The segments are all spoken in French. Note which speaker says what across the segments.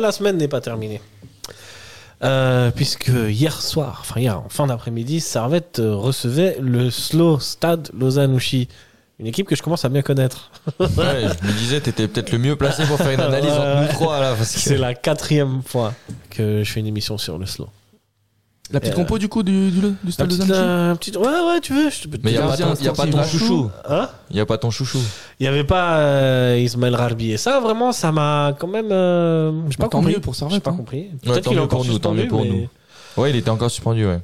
Speaker 1: La semaine n'est pas terminée. Euh, puisque hier soir, enfin hier, en fin d'après-midi, Servette euh, recevait le Slow Stade Lausanne-Ouchy. Une équipe que je commence à bien connaître.
Speaker 2: Ouais, je me disais, t'étais peut-être le mieux placé pour faire une analyse entre nous trois là. Parce
Speaker 1: C'est
Speaker 2: que...
Speaker 1: la quatrième fois que je fais une émission sur le Slow.
Speaker 3: La petite
Speaker 1: Euh,
Speaker 3: compo du coup du, du, du
Speaker 1: La
Speaker 3: stade de
Speaker 1: petite,
Speaker 3: Zanouchi
Speaker 1: la petite- Ouais, ouais, tu veux. Je te...
Speaker 2: Mais il
Speaker 3: T'es l'ancien
Speaker 2: n'y a pas
Speaker 3: sportif
Speaker 2: ton
Speaker 3: Vachou.
Speaker 2: chouchou.
Speaker 1: Hein
Speaker 2: Il n'y a pas ton chouchou.
Speaker 1: Il n'y avait pas euh, Ismaël Rabi. Et ça, vraiment, ça m'a quand même. euh, j'ai
Speaker 3: Bah,
Speaker 1: pas
Speaker 3: tant
Speaker 1: compris.
Speaker 3: mieux pour Servette,
Speaker 1: J'ai pas
Speaker 3: hein.
Speaker 1: compris.
Speaker 2: Ouais,
Speaker 1: Peut-être
Speaker 2: tant
Speaker 1: qu'il est
Speaker 2: mieux
Speaker 1: encore
Speaker 2: pour nous, tant mieux pour
Speaker 1: suspendu,
Speaker 2: nous. Ouais, il était encore suspendu, ouais.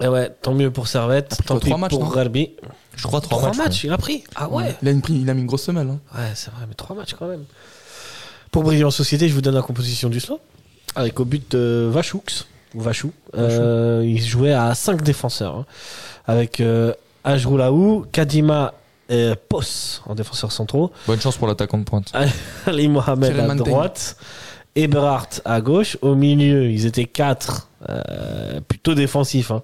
Speaker 1: mais- Eh ouais, tant mieux pour Servette.
Speaker 3: pris
Speaker 1: Tant
Speaker 3: quoi,
Speaker 1: pis
Speaker 3: trois matchs, non
Speaker 1: pour Rabi.
Speaker 2: Je crois trois,
Speaker 1: Trois matchs,
Speaker 2: matchs.
Speaker 1: il a pris. Ah ouais.
Speaker 3: Il a, une, pris- il a mis une grosse semelle. hein.
Speaker 1: Ouais, c'est vrai, mais trois matchs quand même. Pour briller en société, je vous donne la composition du slot. Avec au but de Vachoux, ou Vachou. Euh, il jouait à cinq défenseurs. hein. avec euh, Ajroulaou, Kadima et Pos en défenseurs centraux.
Speaker 2: quoi. Bonne chance pour l'attaquant de pointe.
Speaker 1: Ali Mohamed
Speaker 3: Thierry
Speaker 1: à
Speaker 3: Manteng.
Speaker 1: droite. Eberhardt à gauche. Au milieu, ils étaient quatre. euh, plutôt défensifs. hein.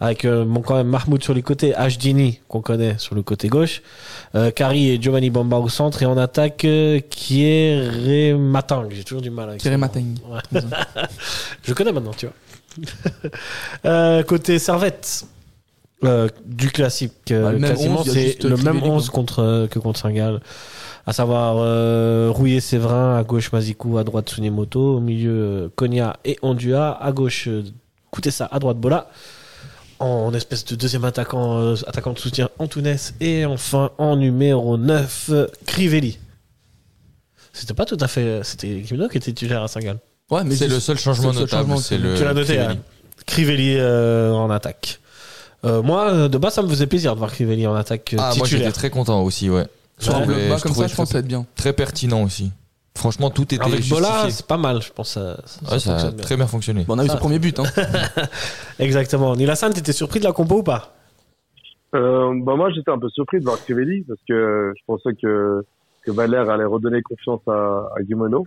Speaker 1: Avec euh, bon, quand même Mahmoud sur les côtés, Hdini qu'on connaît sur le côté gauche, euh, Kari et Giovanni Bamba au centre et en attaque euh, Kieré Matang. J'ai toujours du mal avec.
Speaker 3: Thierry
Speaker 1: ce nom.
Speaker 3: Mateng.
Speaker 1: Ouais.
Speaker 3: Comme ça.
Speaker 1: Je connais maintenant, tu vois. Euh, côté Servette, euh, du classique, euh,
Speaker 3: Bah, le même
Speaker 1: quasiment
Speaker 3: 11, il y a
Speaker 1: c'est
Speaker 3: juste
Speaker 1: le même
Speaker 3: Crivelli,
Speaker 1: 11 contre, euh, que contre Saint-Gall. À savoir euh, Rouillé-Séverin, à gauche Mazikou, à droite Tsunemoto, au milieu euh, Konya et Ondua, à gauche euh, Koutessa, à droite Bola. En espèce de deuxième attaquant, euh, attaquant de soutien Antunes. Et enfin, en numéro 9, euh, Crivelli. C'était pas tout à fait. euh, C'était Kimino qui était titulaire à Saint-Gall.
Speaker 3: Ouais, mais
Speaker 2: C'est
Speaker 3: juste-
Speaker 2: le seul changement
Speaker 3: c'est le seul
Speaker 2: notable.
Speaker 3: changement
Speaker 2: c'est
Speaker 3: que-
Speaker 2: le
Speaker 1: Tu l'as noté,
Speaker 2: Crivelli.
Speaker 1: hein. Crivelli euh, en attaque. Euh, moi, euh, de base, ça me faisait plaisir de voir Crivelli en attaque euh,
Speaker 2: Ah, moi j'étais
Speaker 1: titulaire.
Speaker 2: très content aussi, ouais.
Speaker 3: Sur un
Speaker 2: Ouais,
Speaker 3: bloc
Speaker 2: mais
Speaker 3: bas
Speaker 2: je
Speaker 3: comme ça,
Speaker 2: trouvais
Speaker 3: je pense que ça va être bien.
Speaker 2: Très pertinent aussi. Franchement, tout était
Speaker 1: Avec
Speaker 2: justifié.
Speaker 1: Bola, c'est pas mal, je pense. euh, Ça, ça- ça
Speaker 2: Ouais, ça a
Speaker 1: fonctionne bien.
Speaker 2: très bien fonctionné.
Speaker 3: Bon, on a vu
Speaker 1: Ça-
Speaker 3: son premier but. Hein.
Speaker 1: Exactement. Nilassan, t'étais surpris de la compo ou pas
Speaker 4: Euh, bah moi j'étais un peu surpris de voir Crivelli parce que euh, je pensais que que Valère allait redonner confiance à, à Guimeno,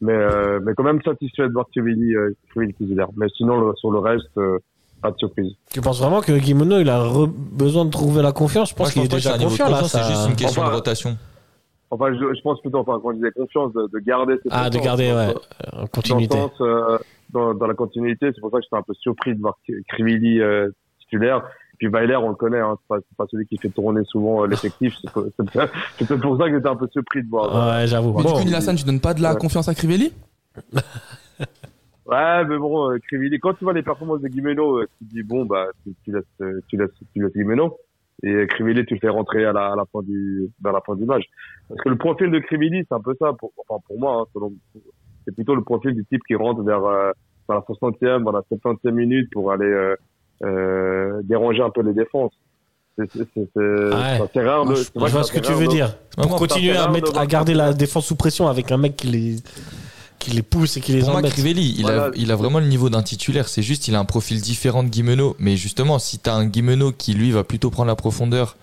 Speaker 4: mais euh, mais quand même satisfait de voir Crivelli euh, Crivelli titulaire. Mais sinon le- sur le reste euh, pas de surprise.
Speaker 1: Tu penses vraiment que Guimono, il a re- besoin de trouver la confiance Je pense
Speaker 2: Moi,
Speaker 1: qu'il est
Speaker 2: pas que c'est
Speaker 1: déjà
Speaker 2: un niveau de
Speaker 1: confiant là.
Speaker 2: confiance, C'est
Speaker 1: ça-
Speaker 2: juste une question
Speaker 4: Enfin,
Speaker 2: de rotation.
Speaker 4: Enfin je, je pense plutôt enfin quand je disais confiance de, de garder cette
Speaker 1: Ah, de
Speaker 4: confiance,
Speaker 1: garder,
Speaker 4: dans-
Speaker 1: ouais, en
Speaker 4: dans- dans le
Speaker 1: continuité.
Speaker 4: sens, euh, dans, dans la continuité c'est pour ça que j'étais un peu surpris de voir Cri- Crivelli euh, titulaire. Puis Valère on le connaît hein, c'est pas, c'est pas celui qui fait tourner souvent euh, l'effectif c'est pour- c'est peut-être c'est peut-être pour ça que j'étais un peu surpris de voir. euh,
Speaker 1: Ouais, j'avoue.
Speaker 3: Mais
Speaker 1: Bon.
Speaker 3: du coup, Nilassan, tu donnes pas de la
Speaker 4: Ouais.
Speaker 3: confiance à Crivelli
Speaker 4: Ouais, mais bon, euh, Crivelli, quand tu vois les performances de Guimeno, euh, tu te dis, bon, bah, tu, tu laisses, euh, tu laisses, tu laisses Guimeno. Et euh, Crivelli, tu le fais rentrer à la, à la fin du, vers la fin du match. Parce que le profil de Crivelli, c'est un peu ça, pour, enfin, pour moi, hein, selon, c'est plutôt le profil du type qui rentre vers, euh, vers la 60e, vers la 70e minute pour aller, euh, euh, déranger un peu les défenses. C'est, c'est, c'est, c'est, enfin, c'est rare de-
Speaker 3: je-
Speaker 4: c'est
Speaker 1: Moi,
Speaker 4: vrai
Speaker 1: je vois
Speaker 4: que
Speaker 1: ce que
Speaker 4: c'est
Speaker 1: tu
Speaker 4: rare
Speaker 1: veux
Speaker 4: de-
Speaker 1: dire.
Speaker 2: Ouais,
Speaker 1: Pour
Speaker 2: moi,
Speaker 1: continuer à,
Speaker 4: Barcelone,
Speaker 1: mettre, à
Speaker 4: Barcelone.
Speaker 1: garder la défense sous pression avec un mec qui les, qui les pousse et qui les
Speaker 2: Pour moi,
Speaker 1: embête.
Speaker 2: Crivelli, il, a,
Speaker 4: Voilà.
Speaker 2: il a vraiment le niveau d'un titulaire. C'est juste, il a un profil différent de Guimeno. Mais justement, si t'as un Guimeno qui, lui, va plutôt prendre la profondeur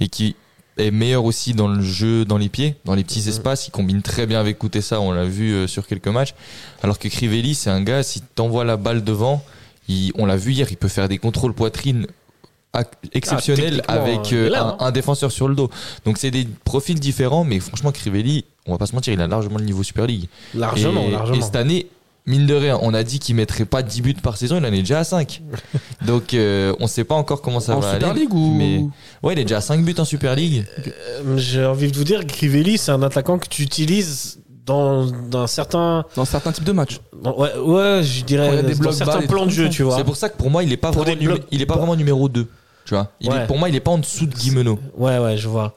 Speaker 2: et qui est meilleur aussi dans le jeu, dans les pieds, dans les petits
Speaker 1: Mhm.
Speaker 2: espaces, il combine très bien avec ça On l'a vu euh, sur quelques matchs. Alors que Crivelli, c'est un gars, si t'envoies la balle devant, il- on l'a vu hier, il peut faire des contrôles poitrine ac- exceptionnels
Speaker 1: techniquement, euh,
Speaker 2: avec
Speaker 1: il est
Speaker 2: euh,
Speaker 1: là,
Speaker 2: un-
Speaker 1: hein.
Speaker 2: un défenseur sur le dos. Donc c'est des profils différents, mais franchement Crivelli, on va pas se mentir, il a largement le niveau Super League.
Speaker 1: Largement,
Speaker 2: Et- Et
Speaker 1: largement.
Speaker 2: cette année, mine de rien, on a dit qu'il mettrait pas 10 buts par saison, il en est déjà à 5. Donc euh, on sait pas encore comment ça
Speaker 3: En
Speaker 2: va
Speaker 3: Super
Speaker 2: aller.
Speaker 3: League ou
Speaker 2: mais- Ouais, il est déjà à 5 buts en Super League.
Speaker 1: Euh, J'ai envie de vous dire que Crivelli, c'est un attaquant que tu utilises dans, dans certains.
Speaker 3: dans certains types de matchs
Speaker 1: dans- ouais, ouais, je
Speaker 3: Quand il y
Speaker 1: dirais.
Speaker 3: a des
Speaker 1: Dans
Speaker 3: blocs bas,
Speaker 1: certains
Speaker 3: les
Speaker 1: plans de
Speaker 3: trucs
Speaker 1: jeu,
Speaker 3: comme ça.
Speaker 1: Euh, tu vois.
Speaker 2: C'est pour ça que pour moi, il est pas,
Speaker 1: Pour
Speaker 2: vraiment,
Speaker 1: des
Speaker 2: numé-
Speaker 1: blocs-
Speaker 2: il est pas vraiment numéro 2. Tu vois, il
Speaker 1: Ouais.
Speaker 2: est, pour moi, il est pas en dessous de Guimeno.
Speaker 1: Ouais, ouais, je vois.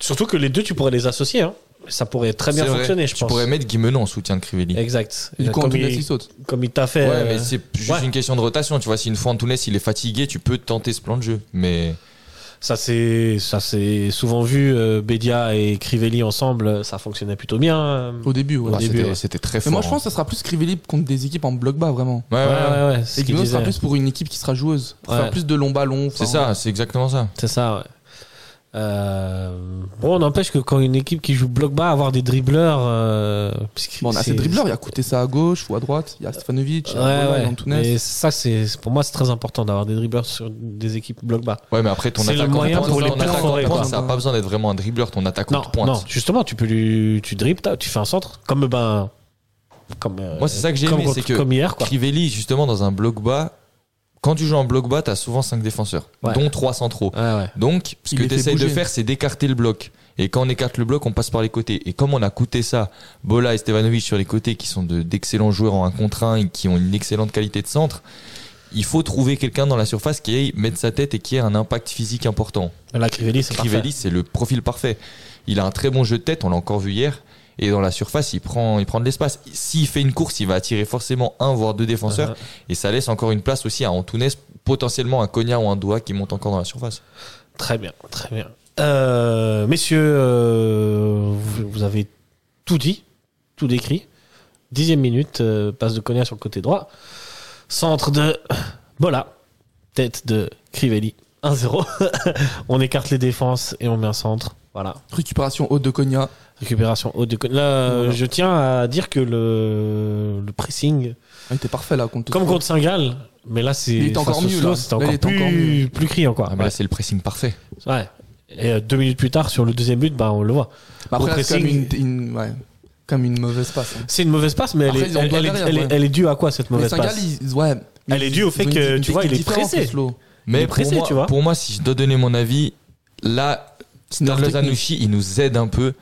Speaker 1: Surtout que les deux, tu pourrais les associer. Hein. Ça pourrait très bien
Speaker 2: C'est vrai.
Speaker 1: fonctionner, je
Speaker 2: Tu
Speaker 1: pense.
Speaker 2: pourrais mettre Guimeno en soutien de Crivelli.
Speaker 1: Exact. Euh,
Speaker 3: Du coup,
Speaker 1: comme,
Speaker 3: Antunes, il
Speaker 1: il,
Speaker 3: saute.
Speaker 1: comme il t'a fait.
Speaker 2: Ouais,
Speaker 1: euh,
Speaker 2: mais c'est juste
Speaker 1: ouais.
Speaker 2: une question de rotation. Tu vois, si une fois Antunes il est fatigué, tu peux tenter ce plan de jeu. Mais
Speaker 1: Ça c'est ça c'est souvent vu. euh, Bedia et Crivelli ensemble, ça fonctionnait plutôt bien. euh.
Speaker 3: Au début, ouais.
Speaker 1: Au
Speaker 2: Bah,
Speaker 1: début,
Speaker 2: c'était
Speaker 1: ouais.
Speaker 2: c'était très
Speaker 3: Mais
Speaker 2: fort.
Speaker 3: moi, je pense
Speaker 2: hein.
Speaker 3: que ça sera plus Crivelli contre des équipes en bloc bas, vraiment.
Speaker 2: Ouais,
Speaker 1: Ouais,
Speaker 2: ouais, ouais.
Speaker 1: ouais, ouais. C'est
Speaker 3: Et
Speaker 1: ce qu'il
Speaker 3: Guimau sera
Speaker 1: disait.
Speaker 3: plus pour une équipe qui sera joueuse. Pour
Speaker 1: Ouais.
Speaker 3: faire plus de longs ballons. enfin,
Speaker 2: C'est ça, c'est exactement ça.
Speaker 1: C'est ça, ouais. Euh, Bon, n'empêche que quand une équipe qui joue bloc bas, avoir des dribbleurs. euh, parce que
Speaker 3: Bon, on a
Speaker 1: c'est-
Speaker 3: ces dribbleurs, il y a coûté ça à gauche ou à droite, il y a Stefanovic, il y
Speaker 1: Ouais,
Speaker 3: a Bola, il y a
Speaker 1: ouais.
Speaker 3: Antunes.
Speaker 1: Mais ça, c'est pour moi, c'est très important d'avoir des dribbleurs sur des équipes bloc bas.
Speaker 2: Ouais, mais après, ton
Speaker 1: C'est le
Speaker 2: attaquant de
Speaker 1: moyen
Speaker 2: pointe,
Speaker 1: pour les
Speaker 2: ton attaquant de
Speaker 1: perforer,
Speaker 2: pointe,
Speaker 3: quoi.
Speaker 2: ça n'a pas besoin d'être vraiment un dribbleur, ton attaquant
Speaker 1: Non,
Speaker 2: de pointe.
Speaker 1: non, justement, tu peux lui, tu dribbles, t'as- tu fais un centre, comme ben Comme, euh,
Speaker 2: Moi, c'est ça que j'ai
Speaker 1: comme
Speaker 2: aimé,
Speaker 1: contre-
Speaker 2: c'est que
Speaker 1: Comme hier, quoi.
Speaker 2: Crivelli, justement, dans un bloc bas, quand tu joues en bloc bas, t'as souvent 5 défenseurs,
Speaker 1: Ouais.
Speaker 2: dont 3 centraux.
Speaker 1: Ouais, ouais.
Speaker 2: Donc, ce
Speaker 3: Il
Speaker 2: que
Speaker 3: les fait
Speaker 2: tu de
Speaker 3: bouger.
Speaker 2: faire, c'est d'écarter le bloc. Et quand on écarte le bloc, on passe par les côtés. Et comme on a coûté ça, Bola et Stevanovic sur les côtés, qui sont de- d'excellents joueurs en 1 contre 1 et qui ont une excellente qualité de centre, il faut trouver quelqu'un dans la surface qui aille mettre sa tête et qui ait un impact physique important.
Speaker 1: Là, Crivelli, c'est parfait.
Speaker 2: Crivelli, c'est le profil parfait. Il a un très bon jeu de tête, on l'a encore vu hier. Et dans la surface, il prend, il prend de l'espace. S'il fait une course, il va attirer forcément un voire deux défenseurs.
Speaker 1: Uh-huh.
Speaker 2: Et ça laisse encore une place aussi à Antunes, potentiellement un Cogna ou un Doha qui monte encore dans la surface.
Speaker 1: Très bien, très bien. Euh, messieurs, euh, vous, vous avez tout dit, tout décrit. Dixième minute, euh, passe de Konya sur le côté droit. Centre de Bola, tête de Crivelli, 1-0. on écarte les défenses et on met un centre. Voilà.
Speaker 3: Récupération haute de Cogna. Ah,
Speaker 1: Récupération haute de Konya. Là, euh,
Speaker 3: Voilà.
Speaker 1: je tiens à dire que le, le pressing,
Speaker 3: Il était parfait là contre.
Speaker 1: comme contre Saint-Gall, mais là c'est
Speaker 3: Il était
Speaker 1: face
Speaker 3: encore
Speaker 1: au
Speaker 3: mieux,
Speaker 1: Slow,
Speaker 3: là.
Speaker 1: c'était
Speaker 3: Là, il
Speaker 1: encore,
Speaker 3: était encore bah,
Speaker 1: plus, plus criant quoi.
Speaker 2: Ah, mais là, c'est le pressing parfait.
Speaker 1: Ouais. Et euh, deux minutes plus tard, sur le deuxième but, bah, on le voit.
Speaker 3: Mais
Speaker 1: au
Speaker 3: après, là, c'est quand même
Speaker 1: pressing.
Speaker 3: une, une- ouais, comme une mauvaise passe. hein.
Speaker 1: C'est une mauvaise passe, mais elle,
Speaker 3: Après,
Speaker 1: est,
Speaker 3: ils ont
Speaker 1: elle,
Speaker 3: le doigt
Speaker 1: elle est-
Speaker 3: derrière,
Speaker 1: elle est-
Speaker 3: ouais.
Speaker 1: elle est due à quoi cette
Speaker 3: Mais
Speaker 1: mauvaise
Speaker 3: Saint-Gall,
Speaker 1: passe
Speaker 3: ils- ouais. mais
Speaker 1: Elle est
Speaker 3: ils-
Speaker 1: due au
Speaker 3: ils
Speaker 1: fait
Speaker 3: ont une-
Speaker 1: que,
Speaker 3: une
Speaker 1: tu vois, il est
Speaker 3: technique différente
Speaker 1: pressé.
Speaker 3: que Slow.
Speaker 1: Il est
Speaker 2: Mais
Speaker 1: pressé,
Speaker 2: pour, moi,
Speaker 1: tu vois.
Speaker 2: pour moi, si je dois donner mon avis, là,
Speaker 3: C'est une erreur
Speaker 2: Sturlo
Speaker 3: technique.
Speaker 2: Zanussi, il nous aide un peu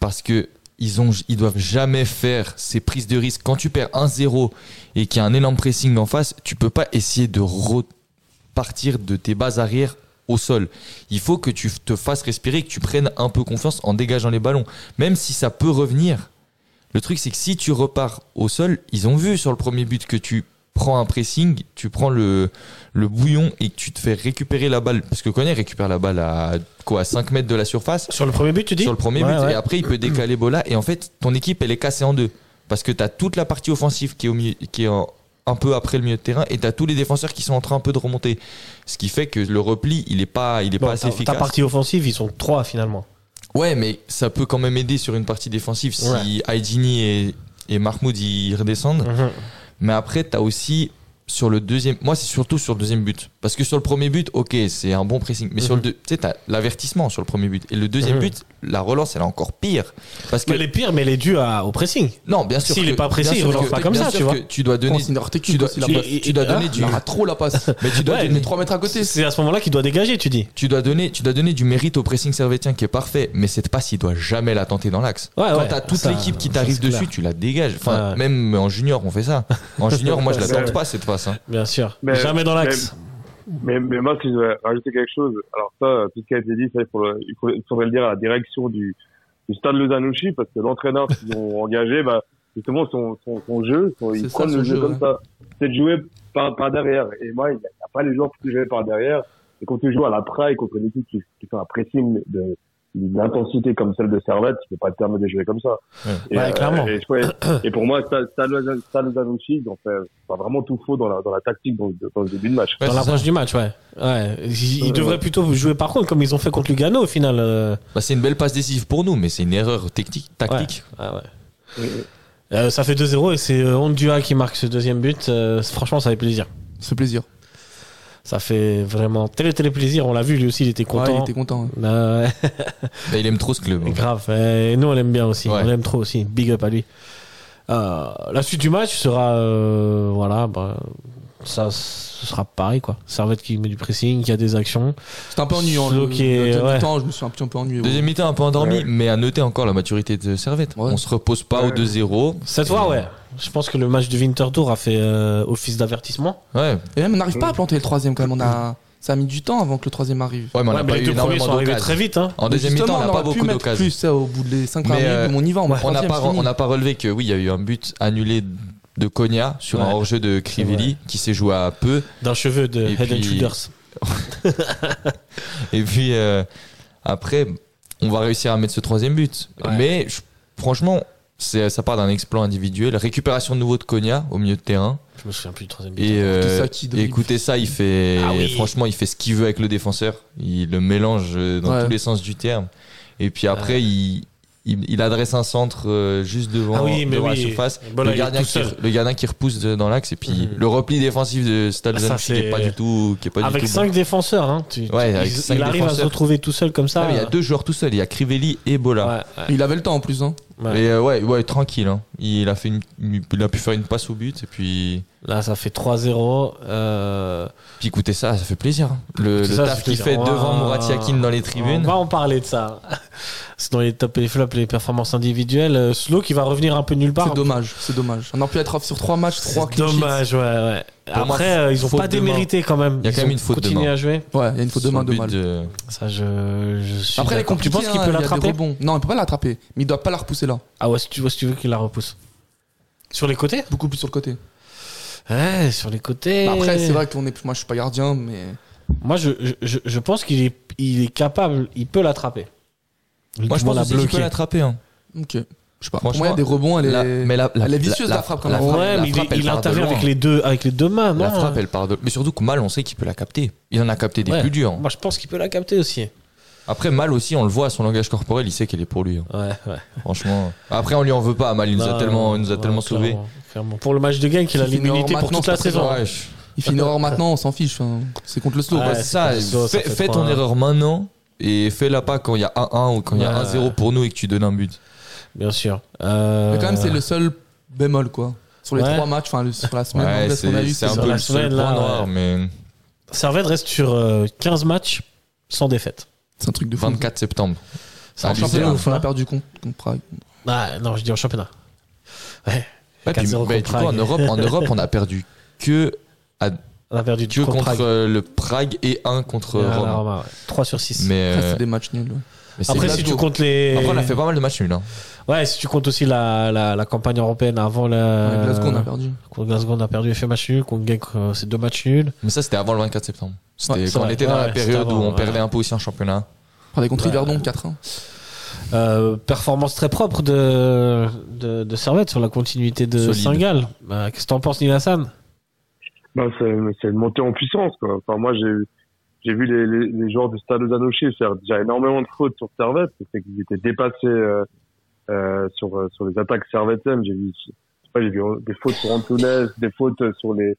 Speaker 2: parce que ils ont, ils doivent jamais faire ces prises de risque. Quand tu perds 1-0 et qu'il y a un énorme pressing en face, tu peux pas essayer de repartir de tes bases arrière au sol. Il faut que tu te fasses respirer, que tu prennes un peu confiance en dégageant les ballons. Même si ça peut revenir, le truc c'est que si tu repars au sol, ils ont vu sur le premier but que tu prends un pressing, tu prends le, le bouillon et que tu te fais récupérer la balle. Parce que Koné récupère la balle à quoi à 5 mètres de la surface
Speaker 1: Sur le premier but, tu dis
Speaker 2: sur le premier
Speaker 1: Ouais,
Speaker 2: but
Speaker 1: ouais.
Speaker 2: et après il peut décaler Bola et en fait ton équipe elle est cassée en deux parce que t'as toute la partie offensive qui est au milieu qui est en- un peu après le milieu de terrain et t'as tous les défenseurs qui sont en train un peu de remonter ce qui fait que le repli il est pas il est
Speaker 1: Bon,
Speaker 2: pas assez
Speaker 1: ta-
Speaker 2: efficace
Speaker 1: Ta partie offensive, ils sont trois finalement.
Speaker 2: ouais mais ça peut quand même aider sur une partie défensive si
Speaker 1: Ouais.
Speaker 2: Aydini et et Mahmoud ils redescendent mais après, tu as aussi sur le deuxième. Moi, c'est surtout sur le deuxième but. Parce que sur le premier but, ok, c'est un bon pressing. Mais sur le deux, tu sais, t'as l'avertissement sur le premier but. Et le deuxième
Speaker 1: Mhm.
Speaker 2: but, la relance, elle est encore pire. Parce que.
Speaker 1: Mais elle est pire, mais elle est due à- au pressing.
Speaker 2: Non, bien sûr.
Speaker 1: S'il
Speaker 2: que-
Speaker 1: est pas pressé,
Speaker 2: bien
Speaker 1: il
Speaker 2: sûr
Speaker 1: relance
Speaker 2: que-
Speaker 1: pas comme
Speaker 2: bien
Speaker 1: ça,
Speaker 2: sûr
Speaker 1: tu vois.
Speaker 2: que Tu dois
Speaker 3: Bon,
Speaker 2: donner.
Speaker 3: C'est une erreur
Speaker 2: Tu
Speaker 3: technique
Speaker 2: dois,
Speaker 3: aussi,
Speaker 2: tu
Speaker 3: la
Speaker 2: dois-
Speaker 3: passe.
Speaker 1: Et-
Speaker 2: tu dois
Speaker 1: et-
Speaker 2: donner
Speaker 1: ah,
Speaker 2: du.
Speaker 3: Il aura trop la passe.
Speaker 2: Mais tu dois
Speaker 1: Ouais,
Speaker 2: donner
Speaker 3: Mais 3 mètres à côté.
Speaker 1: C'est à ce moment-là qu'il doit dégager, tu dis.
Speaker 2: tu dois donner, tu dois donner du mérite au pressing servétien qui est parfait, mais cette passe, il doit jamais la tenter dans l'axe.
Speaker 1: Ouais,
Speaker 2: Quand
Speaker 1: ouais,
Speaker 2: t'as toute
Speaker 1: ça-
Speaker 2: l'équipe qui
Speaker 1: ça,
Speaker 2: t'arrive
Speaker 1: c'est
Speaker 2: dessus,
Speaker 1: clair.
Speaker 2: tu la dégages. Enfin,
Speaker 1: Ouais.
Speaker 2: même en junior, on fait ça. En junior, moi, je la
Speaker 4: Ouais.
Speaker 2: tente pas cette passe. hein.
Speaker 1: Bien sûr.
Speaker 4: Mais-
Speaker 1: Jamais dans l'axe.
Speaker 4: Mais, mais moi, si je vais rajouter quelque chose, alors ça, euh, tout ce qui a été dit, ça, il, faut le- il, faut- il faudrait le dire à la direction du, du stade Lozanouchi, parce que l'entraîneur qu'ils ont engagé, bah, justement, son, son, son jeu, son-
Speaker 3: C'est
Speaker 4: ils
Speaker 3: ça,
Speaker 4: prennent
Speaker 3: son
Speaker 4: le jeu,
Speaker 3: jeu,
Speaker 4: comme
Speaker 3: ouais.
Speaker 4: ça. C'est de jouer par, par derrière. Et moi, il n'y a pas les joueurs qui jouer par derrière. Et quand tu joues à la praille contre une équipe qui, qui fait un pressing de d'intensité comme celle de Servette, tu peux pas te permettre de jouer comme ça.
Speaker 2: Ouais.
Speaker 4: Et, euh,
Speaker 1: Ouais, clairement.
Speaker 4: et, je trouvais- et pour moi, Stade Stade Lozan- Stade Lozanouchi, ils ont fait enfin, vraiment tout faux dans la, dans la tactique dans, le- dans le début de match.
Speaker 2: Ouais,
Speaker 1: dans
Speaker 2: c'est ça.
Speaker 1: l'approche du match, ouais. ouais. Ils, ils
Speaker 4: Euh,
Speaker 1: devraient
Speaker 4: ouais.
Speaker 1: plutôt jouer par contre, comme ils ont fait contre Lugano au final. euh.
Speaker 2: Bah, c'est une belle passe décisive pour nous, mais c'est une erreur technique, tactique.
Speaker 1: Ah ouais.
Speaker 4: Et-
Speaker 1: Euh, ça fait 2-0 et c'est euh, Ondua qui marque ce deuxième but. Euh, franchement, ça fait plaisir.
Speaker 3: C'est plaisir.
Speaker 1: Ça fait vraiment télé télé plaisir. On l'a vu, lui aussi, il était
Speaker 3: Ouais, il
Speaker 1: content.
Speaker 3: était content. hein.
Speaker 1: Euh,
Speaker 2: Bah, il aime trop ce club. hein.
Speaker 1: Grave. Et nous, on l'aime bien aussi.
Speaker 2: Ouais.
Speaker 1: On l'aime trop aussi. Big up à lui. Euh, la suite du match sera, euh, voilà, bah, ça, ce sera pareil quoi. Servette qui met du pressing, qui a des actions.
Speaker 3: C'était un peu ennuyant. Le,
Speaker 1: Slow qui est-
Speaker 3: le deuxième
Speaker 1: ouais.
Speaker 3: temps, je me suis un petit peu ennuyé. ouais.
Speaker 2: Deuxième mi-temps un peu endormi,
Speaker 4: Ouais.
Speaker 2: mais à noter encore la maturité de Servette.
Speaker 3: Ouais.
Speaker 2: On se repose pas
Speaker 4: Ouais.
Speaker 2: au 2-0.
Speaker 1: Cette fois, ouais. Je pense que le match de Winterthur a fait euh, office d'avertissement.
Speaker 2: Ouais,
Speaker 3: Et même, on n'arrive pas à planter le troisième quand même. On a... Ça a mis du temps avant que le troisième arrive.
Speaker 2: ouais mais on
Speaker 1: Ouais,
Speaker 2: a
Speaker 1: mais
Speaker 2: pas
Speaker 1: les
Speaker 2: eu
Speaker 1: deux premiers sont
Speaker 2: énormément
Speaker 1: arrivés très
Speaker 2: d'occasions.
Speaker 1: vite. Hein.
Speaker 2: En deuxième mi-temps,
Speaker 3: Justement,
Speaker 2: on n'a
Speaker 3: on
Speaker 2: pas
Speaker 3: aurait pu
Speaker 2: beaucoup
Speaker 3: mettre Plus,
Speaker 2: d'occasions.
Speaker 3: ça, au bout des 5 premières
Speaker 2: Mais, euh,
Speaker 3: minutes, mais on y va. On,
Speaker 2: On n'a
Speaker 3: troisième,
Speaker 2: pas,
Speaker 3: c'est fini.
Speaker 2: on n'a pas relevé que oui, il y a eu un but annulé de Cogna sur
Speaker 1: Ouais.
Speaker 2: un hors-jeu de Crivelli qui s'est joué à peu.
Speaker 1: D'un cheveu de
Speaker 2: Et
Speaker 1: Head and
Speaker 2: puis-
Speaker 1: Shoulders.
Speaker 2: Et puis euh, après, on va réussir à mettre ce troisième but.
Speaker 1: Ouais.
Speaker 2: Mais je- franchement, c'est- ça part d'un exploit individuel. Récupération de nouveau de Cogna au milieu de terrain.
Speaker 1: Je me souviens plus du troisième but. hein.
Speaker 2: Et, euh,
Speaker 3: ça qui
Speaker 2: et
Speaker 3: dribble.
Speaker 2: écoutez ça, il fait
Speaker 1: Ah oui.
Speaker 2: franchement, il fait ce qu'il veut avec le défenseur. Il le mélange euh, dans
Speaker 3: Ouais.
Speaker 2: tous les sens du terme. Et puis après, il, il, il adresse un centre euh, juste devant,
Speaker 1: Ah oui, mais
Speaker 2: devant
Speaker 1: oui.
Speaker 2: la surface.
Speaker 1: Voilà, il
Speaker 2: le,
Speaker 1: est
Speaker 2: gardien
Speaker 1: tout
Speaker 2: qui,
Speaker 1: seul.
Speaker 2: re- le gardien qui repousse de- dans l'axe et puis
Speaker 1: Mhm.
Speaker 2: le repli défensif de
Speaker 1: Ah, ça,
Speaker 2: Stalzan qui
Speaker 1: c'est-
Speaker 2: est pas du tout, qui est pas
Speaker 1: avec
Speaker 2: du tout. bon.
Speaker 1: cinq défenseurs, hein. Tu, tu-
Speaker 2: Ouais, avec
Speaker 1: il,
Speaker 2: cinq
Speaker 1: il arrive à se
Speaker 2: défenseurs.
Speaker 1: retrouver tout seul comme ça.
Speaker 2: Ah, mais il y a deux joueurs tout seuls. Il y a Crivelli et Bola.
Speaker 1: Ouais, ouais.
Speaker 3: Il avait le temps en plus. Hein.
Speaker 1: Ouais.
Speaker 2: Et euh, ouais, ouais, tranquille. hein. Il a fait une- une- il a pu faire une passe au but et puis,
Speaker 1: Là, ça fait 3-0. Euh...
Speaker 2: puis écoutez ça, ça fait plaisir. hein. Le,
Speaker 1: C'est
Speaker 2: le
Speaker 1: ça,
Speaker 2: taf
Speaker 1: c'est
Speaker 2: qu'il
Speaker 1: plaisir.
Speaker 2: fait
Speaker 1: On va-
Speaker 2: devant Mouratiakin dans les
Speaker 1: On
Speaker 2: tribunes.
Speaker 1: va en parler de ça. C'est dans les tops et les flops, les performances individuelles. Euh, Slow qui va revenir un peu nulle part.
Speaker 3: C'est dommage, c'est dommage. On a pu être off sur trois matchs, trois
Speaker 1: C'est
Speaker 3: clean sheets.
Speaker 1: dommage, ouais, ouais.
Speaker 2: Pour moi,
Speaker 1: Après, euh, ils ont
Speaker 2: faute
Speaker 1: pas
Speaker 2: de main.
Speaker 1: démérité quand même.
Speaker 2: Il y a
Speaker 1: Ils
Speaker 2: quand même
Speaker 1: ont
Speaker 2: une faute de
Speaker 1: continué
Speaker 2: main.
Speaker 1: à jouer.
Speaker 3: Ouais, il y a une faute de
Speaker 2: Sur
Speaker 3: main
Speaker 2: le but
Speaker 3: dommage.
Speaker 2: de-
Speaker 1: Ça, je, je suis.
Speaker 3: Après, les
Speaker 1: d'accord. Tu
Speaker 3: compliqués,
Speaker 1: penses qu'il
Speaker 2: euh,
Speaker 3: hein,
Speaker 1: peut
Speaker 3: il y a des
Speaker 1: l'attraper
Speaker 3: rebonds. Non, il peut pas l'attraper, mais il doit pas la repousser là.
Speaker 1: Ah ouais, si tu vois, si tu veux qu'il la repousse. Sur les côtés
Speaker 3: Beaucoup plus sur le côté.
Speaker 1: Ouais, sur les côtés.
Speaker 3: Bah Après, c'est vrai qu'on est. Moi, je suis pas gardien, mais.
Speaker 1: Moi, je, je- je, je pense qu'il est, il est capable, il peut l'attraper.
Speaker 2: Moi, je
Speaker 1: Du moins,
Speaker 2: pense
Speaker 1: la
Speaker 2: aussi qu'il peut
Speaker 1: bloquer.
Speaker 2: l'attraper. hein.
Speaker 3: Ok. Je sais pas. Pour
Speaker 2: Franchement,
Speaker 3: moi, il y a des rebonds, elle est.
Speaker 2: La- mais la- la-
Speaker 3: elle est vicieuse, la,
Speaker 2: la-
Speaker 3: frappe, quand
Speaker 2: la
Speaker 3: même.
Speaker 2: frappe,
Speaker 1: Ouais, mais il,
Speaker 2: frappe,
Speaker 1: est-
Speaker 2: elle
Speaker 1: il
Speaker 2: part de
Speaker 1: intervient
Speaker 2: loin.
Speaker 1: avec les deux, avec les deux mains, non
Speaker 2: La frappe, elle part de. Mais surtout que Mal, on sait qu'il peut la capter. Il en a capté des
Speaker 1: Ouais. Bah.
Speaker 2: plus durs. hein.
Speaker 1: Moi, je pense qu'il peut la capter aussi.
Speaker 2: Après, Mal aussi, on le voit à son langage corporel, il sait qu'elle est pour lui. hein.
Speaker 1: Ouais, ouais.
Speaker 2: Franchement. Après, on lui en veut pas. Mal, il nous
Speaker 1: Non,
Speaker 2: a tellement, il nous a
Speaker 1: Bah, ouais,
Speaker 2: tellement sauvés.
Speaker 1: clairement, clairement. Pour le match de gain qu'il a
Speaker 3: Il fait une
Speaker 1: l'immunité
Speaker 3: heure
Speaker 1: pour toute
Speaker 3: maintenant,
Speaker 1: la
Speaker 3: c'est pas
Speaker 1: saison. hein,
Speaker 2: Ouais, je-
Speaker 3: Il fait une erreur maintenant, on s'en fiche. hein. C'est contre le slow.
Speaker 1: Ouais,
Speaker 3: quoi.
Speaker 2: c'est ça,
Speaker 1: c'est ça, ça
Speaker 2: fais,
Speaker 1: fait
Speaker 2: fais
Speaker 1: trois,
Speaker 2: ton
Speaker 1: hein.
Speaker 2: erreur maintenant et fais-la pas quand il y a 1-1 ou quand il y
Speaker 1: Ouais,
Speaker 2: a 1-0 pour nous et que tu donnes un but.
Speaker 1: Bien sûr. Euh,
Speaker 3: Mais quand même, c'est le seul bémol, quoi. Sur les
Speaker 1: Ouais.
Speaker 3: trois matchs, enfin, le- sur la semaine
Speaker 2: Ouais,
Speaker 3: anglaise qu'on a
Speaker 2: c'est
Speaker 3: eu,
Speaker 2: c'est
Speaker 3: c'est
Speaker 2: un
Speaker 1: sur
Speaker 2: peu
Speaker 1: la
Speaker 2: le seul
Speaker 1: semaine, là,
Speaker 2: point
Speaker 1: ouais.
Speaker 2: noir, mais
Speaker 1: Servette reste sur euh, 15 matchs sans défaite.
Speaker 3: c'est un truc de fou.
Speaker 2: 24 septembre.
Speaker 1: C'est
Speaker 2: Ah,
Speaker 3: En
Speaker 2: bizarre.
Speaker 3: championnat,
Speaker 1: ouf,
Speaker 3: on
Speaker 1: hein.
Speaker 3: a perdu contre contre Prague.
Speaker 2: Euh,
Speaker 1: Ah, non, je dis en championnat. Ouais.
Speaker 2: Ouais, puis,
Speaker 1: 4-0 contre
Speaker 2: bah, du coup,
Speaker 1: Prague.
Speaker 2: en Europe, en Europe, on a perdu que,
Speaker 1: On a perdu
Speaker 2: que
Speaker 1: contre,
Speaker 2: contre,
Speaker 1: Prague.
Speaker 2: euh, le Prague et 1 contre
Speaker 1: Et à la
Speaker 2: Rome.
Speaker 1: Roma, ouais. 3 sur 6.
Speaker 2: Mais,
Speaker 3: Après,
Speaker 2: euh,
Speaker 3: c'est des matchs nuls. ouais.
Speaker 2: mais c'est
Speaker 1: Après,
Speaker 2: pas
Speaker 1: si
Speaker 2: du
Speaker 1: tu
Speaker 2: tout.
Speaker 1: comptes les.
Speaker 2: Après, on a fait pas mal de matchs nuls. hein.
Speaker 1: Ouais, si tu comptes aussi la, la, la campagne européenne avant la.
Speaker 3: Avec Glasgow, on a perdu.
Speaker 1: Contre Glasgow, on a perdu fait match nul. Contre Genk, euh, c'est deux matchs nuls.
Speaker 2: Mais ça, c'était avant le 24 septembre. C'était
Speaker 1: Ouais, c'est
Speaker 2: quand on
Speaker 1: vrai.
Speaker 2: était dans
Speaker 1: Ouais,
Speaker 2: la
Speaker 1: ouais,
Speaker 2: période
Speaker 1: c'était
Speaker 2: où
Speaker 1: avant,
Speaker 2: on
Speaker 1: ouais.
Speaker 2: perdait un peu aussi en championnat.
Speaker 3: Après, contre
Speaker 1: Ouais.
Speaker 3: Yverdon, 4-1.
Speaker 1: Euh, performance très propre de, de, de Servette sur la continuité de
Speaker 2: Solide.
Speaker 1: Singal. Bah, Qu'est-ce que t'en penses, Nilassan
Speaker 4: Bah, c'est c'est une montée en puissance. Quoi. Enfin, moi, j'ai j'ai vu les, les, les joueurs du Stade Zanoché faire déjà énormément de fautes sur Servette. C'est qu'ils étaient dépassés euh, euh, sur euh, sur les attaques servetiennes. J'ai vu, je sais pas, j'ai vu euh, des fautes sur Antunes, des fautes euh, sur les,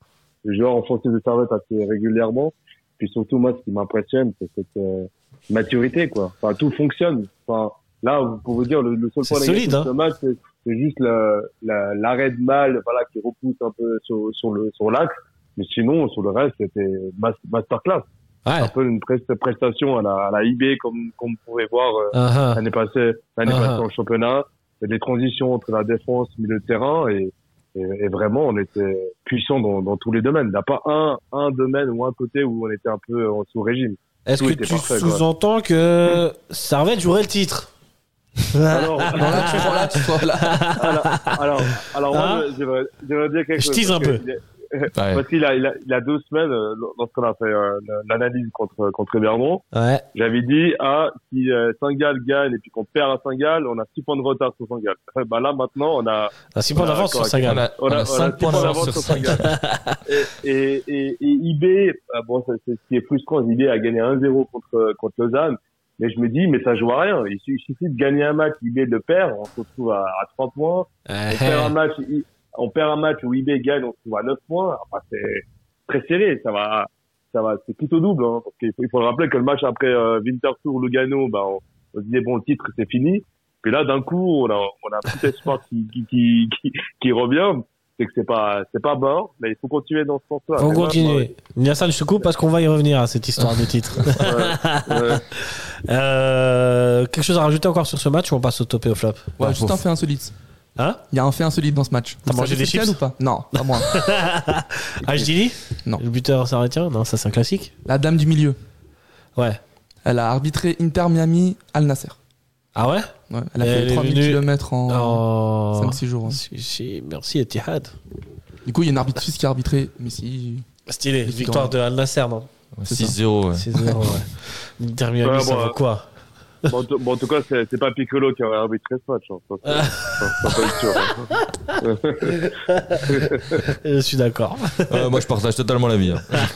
Speaker 4: les joueurs enfoncés de Servette assez régulièrement. Puis surtout, moi, ce qui m'impressionne, c'est cette euh, maturité. Quoi. Enfin, tout fonctionne. Enfin, là, pour vous dire, le, le seul
Speaker 1: C'est
Speaker 4: point négatif
Speaker 1: solide, hein.
Speaker 4: de ce match, c'est c'est juste la- la- l'arrêt de mal voilà, qui repousse un peu sur, sur le sur l'axe. Mais sinon, sur le reste, c'était mas- masterclass.
Speaker 1: Ouais.
Speaker 4: Un peu une pres- prestation à la, à la IB, comme, comme vous pouvez voir euh,
Speaker 1: Ah, ah.
Speaker 4: l'année passée, l'année
Speaker 1: Ah,
Speaker 4: passée
Speaker 1: ah.
Speaker 4: en championnat. Les transitions entre la défense, milieu de terrain, et, et, et vraiment, on était puissant dans, dans tous les domaines. Il n'y a pas un, un domaine ou un côté où on était un peu en sous-régime.
Speaker 1: Est-ce
Speaker 4: tout
Speaker 1: que
Speaker 4: était
Speaker 1: tu
Speaker 4: parfait, quoi.
Speaker 1: sous-entends que Servette jouerait le titre Ah.
Speaker 4: Alors,
Speaker 3: Non, là, tu prends là, tu prends là.
Speaker 4: alors, alors moi,
Speaker 1: Hein
Speaker 4: je- j'aimerais j'aimerais dire quelque
Speaker 1: Je
Speaker 4: chose.
Speaker 1: tease
Speaker 4: parce
Speaker 1: un
Speaker 4: que
Speaker 1: peu.
Speaker 4: il est-
Speaker 2: Ouais.
Speaker 4: Parce qu'il a, il a, il a deux semaines, euh, lorsqu'on a fait euh, l'analyse contre, contre Bermond,
Speaker 1: Ouais.
Speaker 4: J'avais dit, ah, si euh, Saint-Gall gagne et puis qu'on perd à Saint-Gall, on a 6 points de retard sur Saint-Gall. bah là, maintenant, on a,
Speaker 1: Ah, six points
Speaker 4: Voilà,
Speaker 1: d'avance sur
Speaker 4: correct.
Speaker 1: Singal.
Speaker 2: On a,
Speaker 4: on a, on a
Speaker 2: 5
Speaker 4: six
Speaker 2: points d'avance sur 5.
Speaker 4: Saint-Gall. et, et, et, et IB, ah, bon, ça, c'est ce qui est frustrant, IB a gagné 1-0 contre, contre Lausanne. Mais je me dis, mais ça joue à rien. Il, su- il suffit de gagner un match, IB de perdre, on se retrouve à, à 3 points.
Speaker 1: Eh.
Speaker 4: On perd un match, I- on perd un match où IB gagne, on se retrouve à 9 points. Enfin, c'est très serré, ça va, ça va, c'est plutôt double, hein, parce qu'il faut, il faut le rappeler que le match après euh, Winterthur Lugano, bah, on, on se disait bon, le titre c'est fini. Puis là, d'un coup, on a, on a un petit espoir qui, qui, qui, qui, qui revient. C'est que c'est pas, c'est pas mort, mais il faut continuer dans ce sens-là.
Speaker 1: On
Speaker 4: Mais ouais,
Speaker 1: continue. Nilassan, je te coupe parce qu'on va y revenir à cette histoire de titre.
Speaker 4: ouais, ouais.
Speaker 1: Euh, quelque chose à rajouter encore sur ce match ou on passe au top et au flop
Speaker 3: Ouais,
Speaker 2: Bah,
Speaker 3: juste
Speaker 2: faut-
Speaker 3: un fait insolite.
Speaker 1: Hein
Speaker 3: Il y a un fait insolite dans ce match.
Speaker 1: T'as
Speaker 3: Vous
Speaker 1: mangé
Speaker 3: savez
Speaker 1: des
Speaker 3: c'est lequel
Speaker 1: chips
Speaker 3: ou pas Non, pas moi.
Speaker 1: Ajdili
Speaker 3: Non.
Speaker 1: Ah, Le buteur s'arrêtien Non, ça c'est un classique.
Speaker 3: La dame du milieu.
Speaker 1: Ouais.
Speaker 3: Elle a arbitré Inter Miami Al Nasser.
Speaker 1: Ah ouais
Speaker 3: Ouais, elle a
Speaker 1: Elle est
Speaker 3: fait 3000
Speaker 1: venue-
Speaker 3: km en
Speaker 1: Oh.
Speaker 3: 5-6 jours. hein.
Speaker 1: Si, si, Merci Etihad.
Speaker 3: Du coup, il y a une arbitre suisse qui a arbitré. Mais si.
Speaker 1: Stylé.
Speaker 3: Victoire.
Speaker 1: Victoire de Al Nasser, non
Speaker 2: 6-0. ouais.
Speaker 1: 6-0, ouais. Inter Miami,
Speaker 4: Ouais,
Speaker 1: ça
Speaker 4: bon,
Speaker 1: vaut quoi
Speaker 4: Bon, en tout- bon, en tout cas, c'est c'est pas Piccolo qui aurait arbitré ce match. Hein. Ça, c'est- ça, c'est pas sûr.
Speaker 1: Je suis d'accord.
Speaker 2: Euh, moi, je partage totalement la vie. hein.